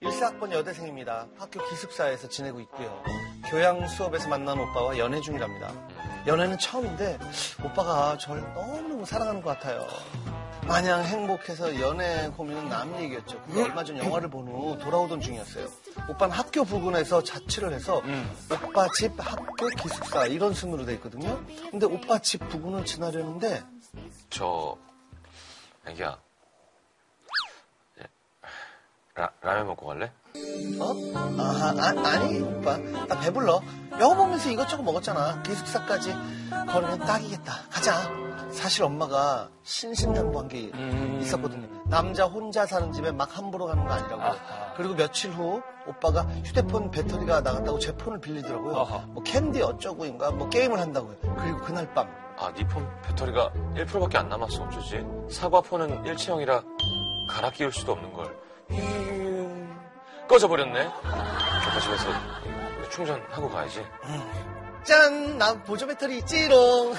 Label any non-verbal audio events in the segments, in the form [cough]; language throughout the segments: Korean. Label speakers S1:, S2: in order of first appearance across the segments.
S1: 일사학번 여대생입니다. 학교 기숙사에서 지내고 있고요. 교양 수업에서 만난 오빠와 연애 중이랍니다. 연애는 처음인데 오빠가 절 너무너무 사랑하는 것 같아요. 마냥 행복해서 연애 고민은 남 얘기였죠. 근데 얼마 전 영화를 본 후 돌아오던 중이었어요. 오빠는 학교 부근에서 자취를 해서 오빠 집, 학교, 기숙사 이런 순으로 돼 있거든요. 근데 오빠 집 부근을 지나려는데
S2: 저 애기야 예. 라, 라면 먹고 갈래?
S1: 어? 아, 아, 니 오빠. 나 배불러. 영화 보면서 이것저것 먹었잖아. 기숙사까지 걸으면 딱이겠다. 가자. 사실 엄마가 신신당부한 게 있었거든요. 남자 혼자 사는 집에 막 함부로 가는 거 아니라고. 그리고 며칠 후 오빠가 휴대폰 배터리가 나갔다고 제 폰을 빌리더라고요.
S2: 아하.
S1: 뭐 캔디 어쩌고인가 뭐 게임을 한다고요. 그리고 그날 밤
S2: 아니 폰 배터리가 1%밖에 안 남았어 어쩌지? 사과폰은 일체형이라 갈아 끼울 수도 없는 걸 꺼져버렸네 오빠 집에서 충전하고 가야지
S1: 짠! 나 보조 배터리 있지롱.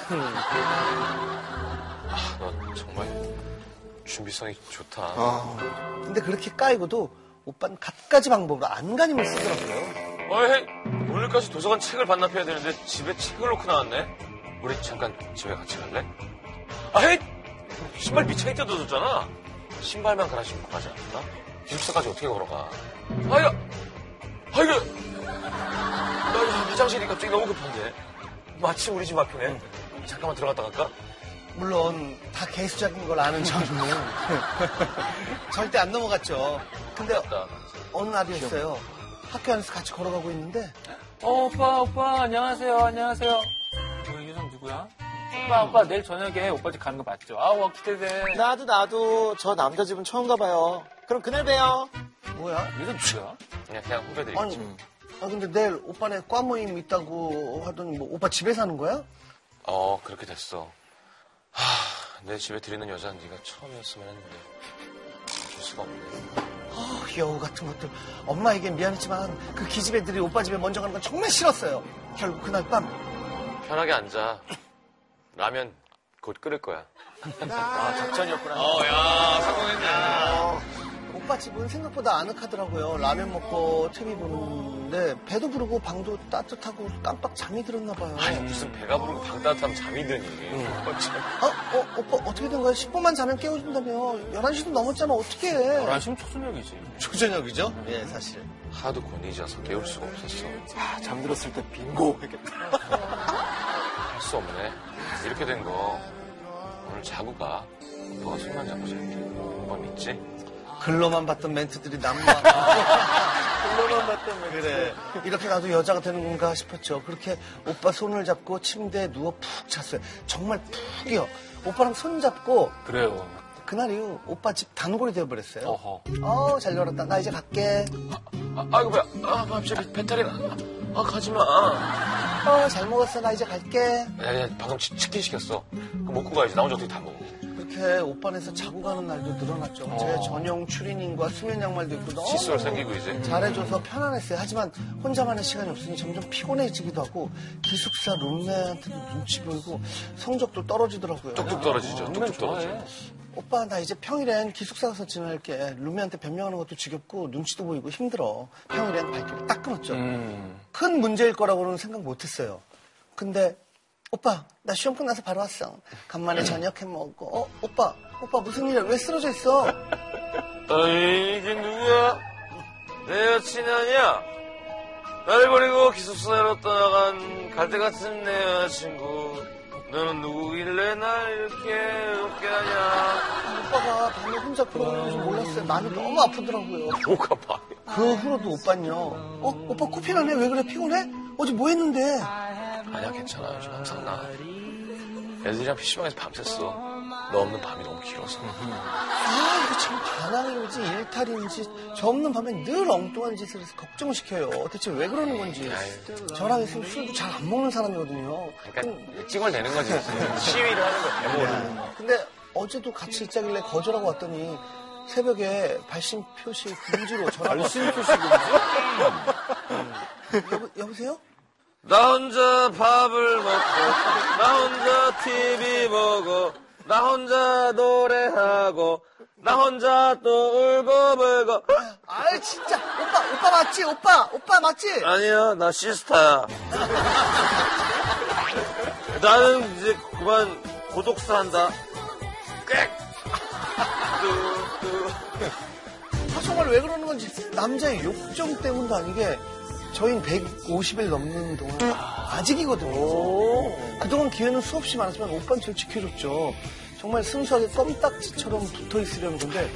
S2: 너 아, 정말 준비성이 좋다
S1: 근데 그렇게 까이고도 오빠는 갖가지 방법으로 안간힘을 쓰더라고요.
S2: 어이 오늘까지 도서관 책을 반납해야 되는데 집에 책을 놓고 나왔네 우리 잠깐 집에 같이 갈래? 아이 신발 미창에 뜯어줬잖아 신발만 갈아 신고 가지 않나? 기숙사까지 어떻게 걸어가 아야 아이고 나 요즘 화장실이 갑자기 너무 급한데 마침 우리 집 앞이네 잠깐만 들어갔다 갈까?
S1: 물론 다 개수작인 걸 아는 [laughs] 저는 절대 안 넘어갔죠. 근데
S2: 나.
S1: 어느 날이었어요. 학교 안에서 같이 걸어가고 있는데
S3: 어, 오빠, 오빠, 안녕하세요, 안녕하세요. 어, 이 여성 누구야? 오빠, 오빠, 내일 저녁에 오빠 집 가는 거 맞죠? 아우, 어, 기대돼.
S4: 나도 나도 저 남자 집은 처음 가봐요. 그럼 그날 봬요.
S1: 뭐야?
S3: 이 여성 누구야?
S2: 그냥 그냥 후배들이
S1: 아니, 아 근데 내일 오빠네 과 모임 있다고 하더니 뭐 오빠 집에 사는 거야?
S2: 어 그렇게 됐어 하, 내 집에 들이는 여자는 네가 처음이었으면 했는데 줄 수가 없네
S1: 아, 여우 같은 것들. 엄마에게 미안했지만 그 기집애들이 오빠 집에 먼저 가는 건 정말 싫었어요. 결국 그날 밤
S2: 편하게 앉아. 라면 곧 끓일 거야.
S1: 아, 작전이었구나. 성공했네. 오빠 집은 생각보다 아늑하더라고요. 라면 먹고 TV 보는데 배도 부르고 방도 따뜻하고 깜빡 잠이 들었나 봐요.
S2: 아니 무슨 배가 부르고 방 따뜻하면 잠이 드니.
S4: 음.
S2: 어, 참.
S1: 아, 어, 오빠 어떻게 된 거야? 10분만 자면 깨워준다며. 11시도 넘었잖아. 어떻게 해?
S3: 안심 초순역이지.
S1: 초저녁이죠? 예, 사실.
S2: 하도 고니져서 깨울 수가 없었어.
S4: 아, 잠들었을 때 빙고 했겠다.
S2: 할 수 없네. 이렇게 된 거 오늘 자고 가. 오빠가 손만 잡고 잘게. 오빠 믿지?
S1: 글로만 봤던 멘트들이 남마. [laughs] 글로만 봤던 멘트. 그래. 이렇게 나도 여자가 되는 건가 싶었죠. 그렇게 오빠 손을 잡고 침대에 누워 푹 잤어요. 정말 푹이요. 오빠랑 손 잡고
S3: 그래요.
S1: 그날 이후 오빠 집 단골이 되어버렸어요.
S3: 어허.
S1: 어, 잘 열었다. 나 이제 갈게.
S2: 아, 아이고 뭐야. 아 갑자기 배탈이나. 아 가지마.
S1: 어, 잘 먹었어. 나 이제 갈게.
S2: 야, 야 방금 치, 치킨 시켰어. 그거 먹고 가야지. 나 혼자 어떻게 다 먹어.
S1: 그렇게 오빠네서 자고 가는 날도 늘어났죠. 제 전용 추리닝과 수면 양말도 입고 너무
S2: 치수가 생기고 이제.
S1: 잘해줘서 편안했어요. 하지만 혼자만의 시간이 없으니 점점 피곤해지기도 하고 기숙사 룸메한테도 눈치 보이고 성적도 떨어지더라고요.
S2: 뚝뚝 떨어지죠.
S3: 정말
S2: 뚝뚝 떨어져.
S3: 좋아해.
S1: 오빠 나 이제 평일엔 기숙사 가서 지낼게. 룸메한테 변명하는 것도 지겹고 눈치도 보이고 힘들어. 평일엔 발길을 딱 끊었죠.
S3: 음.
S1: 큰 문제일 거라고는 생각 못했어요. 근데 오빠 나 시험 끝나서 바로 왔어. 간만에 저녁 해 먹고 어 오빠 오빠 무슨 일이야 왜 쓰러져 있어?
S2: 어이, 이게 누구야? 내 여친 아니야? 나를 버리고 기숙사로 떠나간 갈대 같은 내 여자친구. 너는 누구길래 날 이렇게 이렇게 하냐?
S1: 오빠가 밤에 혼자 그러는 줄 몰랐어요. 나는 너무 아프더라고요.
S2: 뭐가 봐.
S1: 그 후로도 오빠는요. 어 오빠 코피 나네 왜 그래 피곤해? 어제 뭐 했는데?
S2: 아니야, 괜찮아. 요즘 항상 나. 애들이랑 PC방에서 밤샜어. 너 없는 밤이 너무 길어서.
S1: 아, 이거 참 반항인지 일탈인지 저 없는 밤엔 늘 엉뚱한 짓을 해서 걱정을 시켜요. 대체 왜 그러는 건지. 저랑 있으면 술도 잘 안 먹는 사람이거든요.
S2: 그러니까 찍어내는 거지. 시위를 하는 거야, 대모를.
S1: 근데 어제도 같이 있자길래 거절하고 왔더니 새벽에 발신 표시 금지로 전화가 발신 표시 금지? 음. 여보, 여보세요?
S2: 나 혼자 밥을 먹고, 나 혼자 TV 보고, 나 혼자 노래하고, 나 혼자 또 울고불고.
S1: 아 아이 진짜 오빠 오빠 맞지 오빠 오빠 맞지
S2: 아니야, 나 시스타야. 나는 이제 그만 고독사 한다. 꽥! 뚜, 뚜.
S1: 아, 정말 왜 그러는 건지 남자의 욕정 때문도 아니게 저희는 150일 넘는 동안 아직이거든요. 그동안 기회는 수없이 많았지만 오빠는 저를 지켜줬죠. 정말 순수하게 껌딱지처럼 붙어 있으려는 건데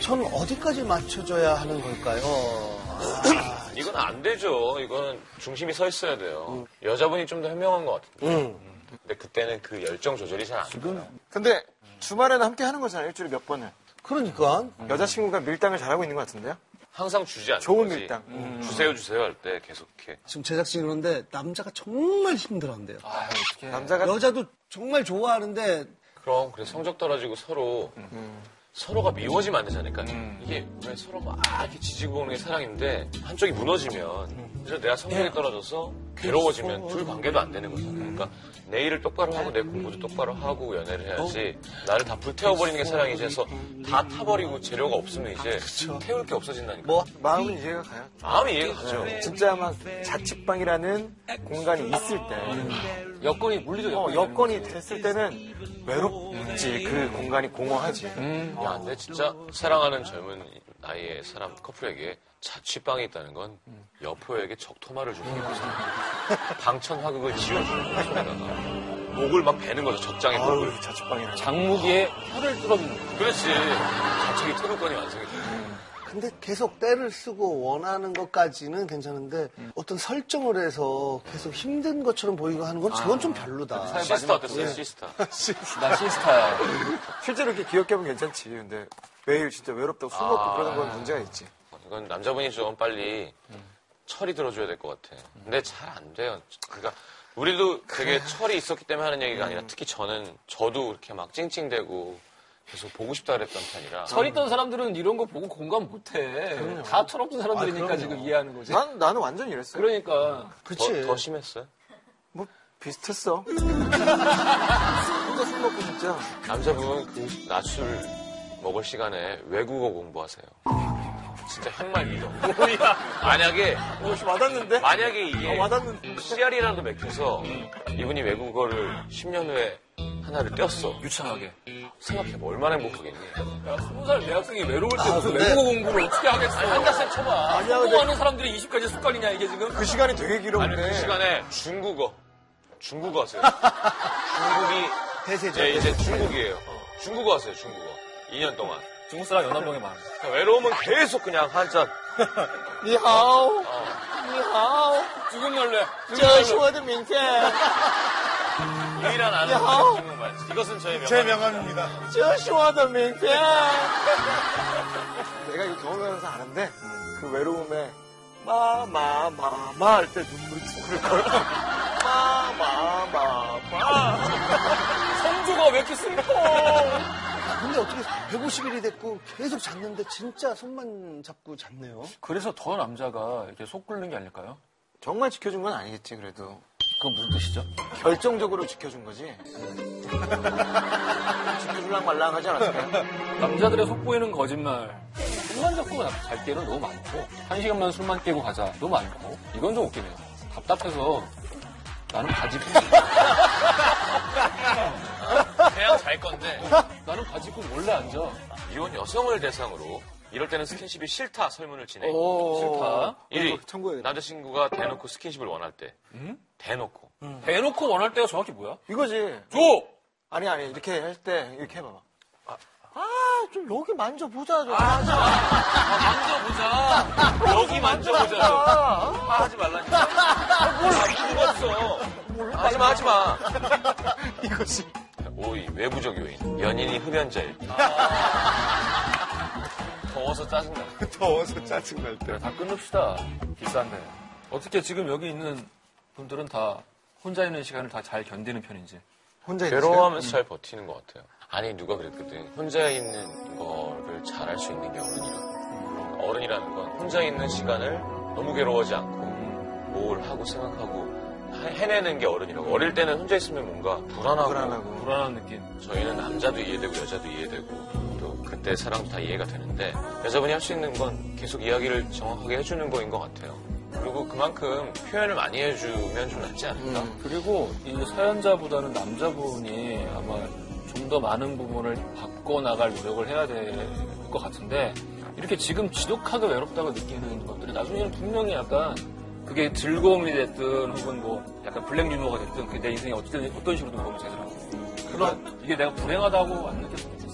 S1: 전 어디까지 맞춰줘야 하는 걸까요? 아,
S2: 이건 안 되죠. 이건 중심이 서 있어야
S4: 음.
S2: 돼요. 여자분이 좀 더 현명한 것 같은데.
S1: 음.
S2: 근데 그때는 그 열정 조절이 잘 안 돼요.
S4: 근데 주말에는 함께 하는 거잖아요. 일주일에 몇 번을.
S1: 그러니까
S4: 여자친구가 밀당을 잘하고 있는 것 같은데요?
S2: 항상 주지 않는
S4: 좋은
S2: 거지.
S4: 밀당. 음.
S2: 주세요, 주세요 할 때 계속해.
S1: 지금 제작진이 그러는데 남자가 정말 힘들어한대요.
S3: 아, 어떡해.
S4: 남자가
S1: 여자도 정말 좋아하는데
S2: 그럼 그래 성적 떨어지고 서로 서로가 미워지면 안 되잖아요. 그러니까 이게 왜 서로 막 이렇게 지지고 오는 게 사랑인데 한쪽이 무너지면 그래서 내가 성적이 예. 떨어져서 괴로워지면 둘 관계도 안 되는 거잖아요. 그러니까 내 일을 똑바로 하고 내 공부도 똑바로 하고 연애를 해야지 나를 다 불태워버리는 게 사랑이지 해서 음. 아, 다 타버리고 재료가 없으면 이제 태울 게 없어진다니까.
S1: 뭐
S4: 마음은 이해가 가요.
S2: 마음이 이해가 가죠.
S4: 진짜 막 자취방이라는 공간이 있을 때,
S3: 여건이 물리적
S4: 어,
S3: 여건이.
S4: 여건이 됐을 때는 외롭지. 그 공간이 공허하지.
S2: 야, 근데 진짜 사랑하는 젊은 나이의 사람 커플에게 자취방이 있다는 건 여포에게 적토마를 주는 거죠. 방천 화극을 지워주는 거죠. 거기다가. 목을 막 베는 거죠. 적장의 목을.
S4: 아유, 자취방이라.
S3: 장무기에 혀를 뚫어주는 거.
S2: 그렇지. 갑자기 태극권이 완성이 돼.
S1: 근데 계속 때를 쓰고 원하는 것까지는 괜찮은데
S2: 음.
S1: 어떤 설정을 해서 계속 힘든 것처럼 보이고 하는 건
S2: 아,
S1: 저건 좀 별로다.
S2: 시스타 어땠어요?
S3: 네.
S2: 시스타.
S3: 나 시스타야.
S4: 실제로 이렇게 귀엽게 하면 괜찮지. 근데 매일 진짜 외롭다고 술 먹고
S2: 아.
S4: 그러는 건 문제가 있지.
S2: 이건 남자분이 좀 빨리 철이 들어줘야 될 것 같아. 근데 잘 안 돼요. 그러니까 우리도 되게 철이 있었기 때문에 하는 얘기가
S3: 음.
S2: 아니라 특히 저는 저도 이렇게 막 찡찡대고 계속 보고 싶다 그랬던 편이라.
S3: 절 있던 사람들은 이런 거 보고 공감 못 해. 다 철없는
S2: 아,
S3: 사람들이니까 지금 이해하는 거지.
S4: 난, 나는 완전 이랬어. 요
S3: 그러니까.
S1: 그치?
S2: 더, 더 심했어요?
S4: 뭐, [laughs] 비슷했어. 혼자 술 먹고 진짜.
S2: 남자분 그 낮술 먹을 시간에 외국어 공부하세요. 진짜 정말 믿어. 만약에
S4: 역시 와닿는데?
S2: 만약에 이게
S4: 아, 와닿는-
S2: 씨알이라도 맥혀서 이분이 외국어를 10년 후에 하나를 떼었어.
S3: 유창하게.
S2: 생각해봐 얼마나 행복하겠니?
S3: 야, 스무 살 대학생이 외로울 때 무슨
S1: 근데-
S3: 외국어 공부를 어떻게 하겠어. 한다쌤 쳐봐.
S4: 아, 아니야,
S3: 공부하는
S4: 근데-
S3: 사람들이 20가지 습관이냐, 이게 지금?
S4: 그 시간이 되게
S2: 아니
S4: 길었는데.
S2: 그 시간에 중국어 중국어 하세요. 중국이
S1: 네, 대세죠.
S2: 예, 이제 중국이에요. 중국어 하세요 중국어. 2년 동안.
S3: 중국 사람 연합병이 많아.
S2: 외로우면 계속 그냥 한자
S4: 니하오.
S3: 중국말로 해.
S4: 저시워드 민트.
S2: 유일한 아는
S4: 야호.
S2: 중국말. 이것은 저의 명언.
S5: 제 명함입니다.
S4: 저시워드 [laughs] 민트. 내가 이거 경험하면서 아는데, 그 외로움에, 마, 마, 마, 마 할 때 눈물이 찡그릴걸. [laughs] 마, 마, 마, 마.
S3: 성조가 왜 이렇게 슬퍼.
S1: 근데 어떻게 150일이 됐고 계속 잤는데 진짜 손만 잡고 잤네요.
S3: 그래서 더 남자가 이렇게 속 끓는 게 아닐까요?
S4: 정말 지켜준 건 아니겠지, 그래도.
S3: 그건 무슨 뜻이죠?
S4: 결정적으로 지켜준 거지. [laughs] 지켜줄랑 말랑 하지 않았을까요?
S3: 남자들의 속보이는 거짓말. 술만 잡고 나- 잘 때는 너무 많고, 한 시간만 술만 깨고 가자. 너무 많고, 이건 좀 웃기네요. 답답해서 나는 바지 [laughs] 입고,
S2: 그냥 잘 건데
S3: 나는 바지 입고 몰래 앉아.
S2: 이혼 여성을 대상으로 이럴 때는 스킨십이 싫다 설문을 진행.
S3: 싫다.
S2: 1위
S4: 참고해요.
S2: 남자친구가 대놓고 스킨십을 원할 때. 대놓고.
S3: 대놓고 원할 때가 정확히 뭐야?
S4: 이거지.
S3: 줘!
S4: 아니, 아니, 이렇게 할 때, 이렇게 해봐봐. 아, 좀 여기 만져보자, 좀.
S2: 만져보자. 여기 만져보자. 아, 하지 말라니까. 아, 뭘 죽었어. 하지 마, 하지 마.
S4: [laughs] 이거지.
S2: 5위 외부적 요인. 연인이 흡연자일 때. 더워서 짜증나.
S5: 더워서 짜증날 때.
S3: 네, 다 끊읍시다. 비싼데. 어떻게 지금 여기 있는 분들은 다 혼자 있는 시간을 다 잘 견디는 편인지.
S4: 혼자 있는
S2: 괴로워하면서 잘 버티는 것 같아요. 아니 누가 그랬거든. 혼자 있는 거를 잘할 수 있는 게 어른이라. 어른이라는 건 혼자 있는 시간을 너무 괴로워하지 않고 뭘 하고 생각하고 해- 해내는 게 어른이라고. 어릴 때는 혼자 있으면 뭔가 불안하고,
S4: 불안하고.
S3: 불안한 느낌.
S2: 저희는 남자도 이해되고 여자도 이해되고 또 그때 사랑도 다 이해가 되는데 여자분이 할 수 있는 건 계속 이야기를 정확하게 해주는 거인 것 같아요. 그리고 그만큼 표현을 많이 해주면 좀 낫지 않을까?
S3: 음. 그리고 이 사연자보다는 남자분이 아마 좀 더 많은 부분을 바꿔나갈 노력을 해야 될 것 같은데 이렇게 지금 지독하게 외롭다고 느끼는 것들이 나중에는 분명히 약간 그게 즐거움이 됐든 혹은 뭐 약간 블랙 그러니까 유머가 됐든 그게 내 인생이 어쨌든 어떤 식으로든 보면 되더라고. 그런 이게 내가 불행하다고 안 느꼈을 때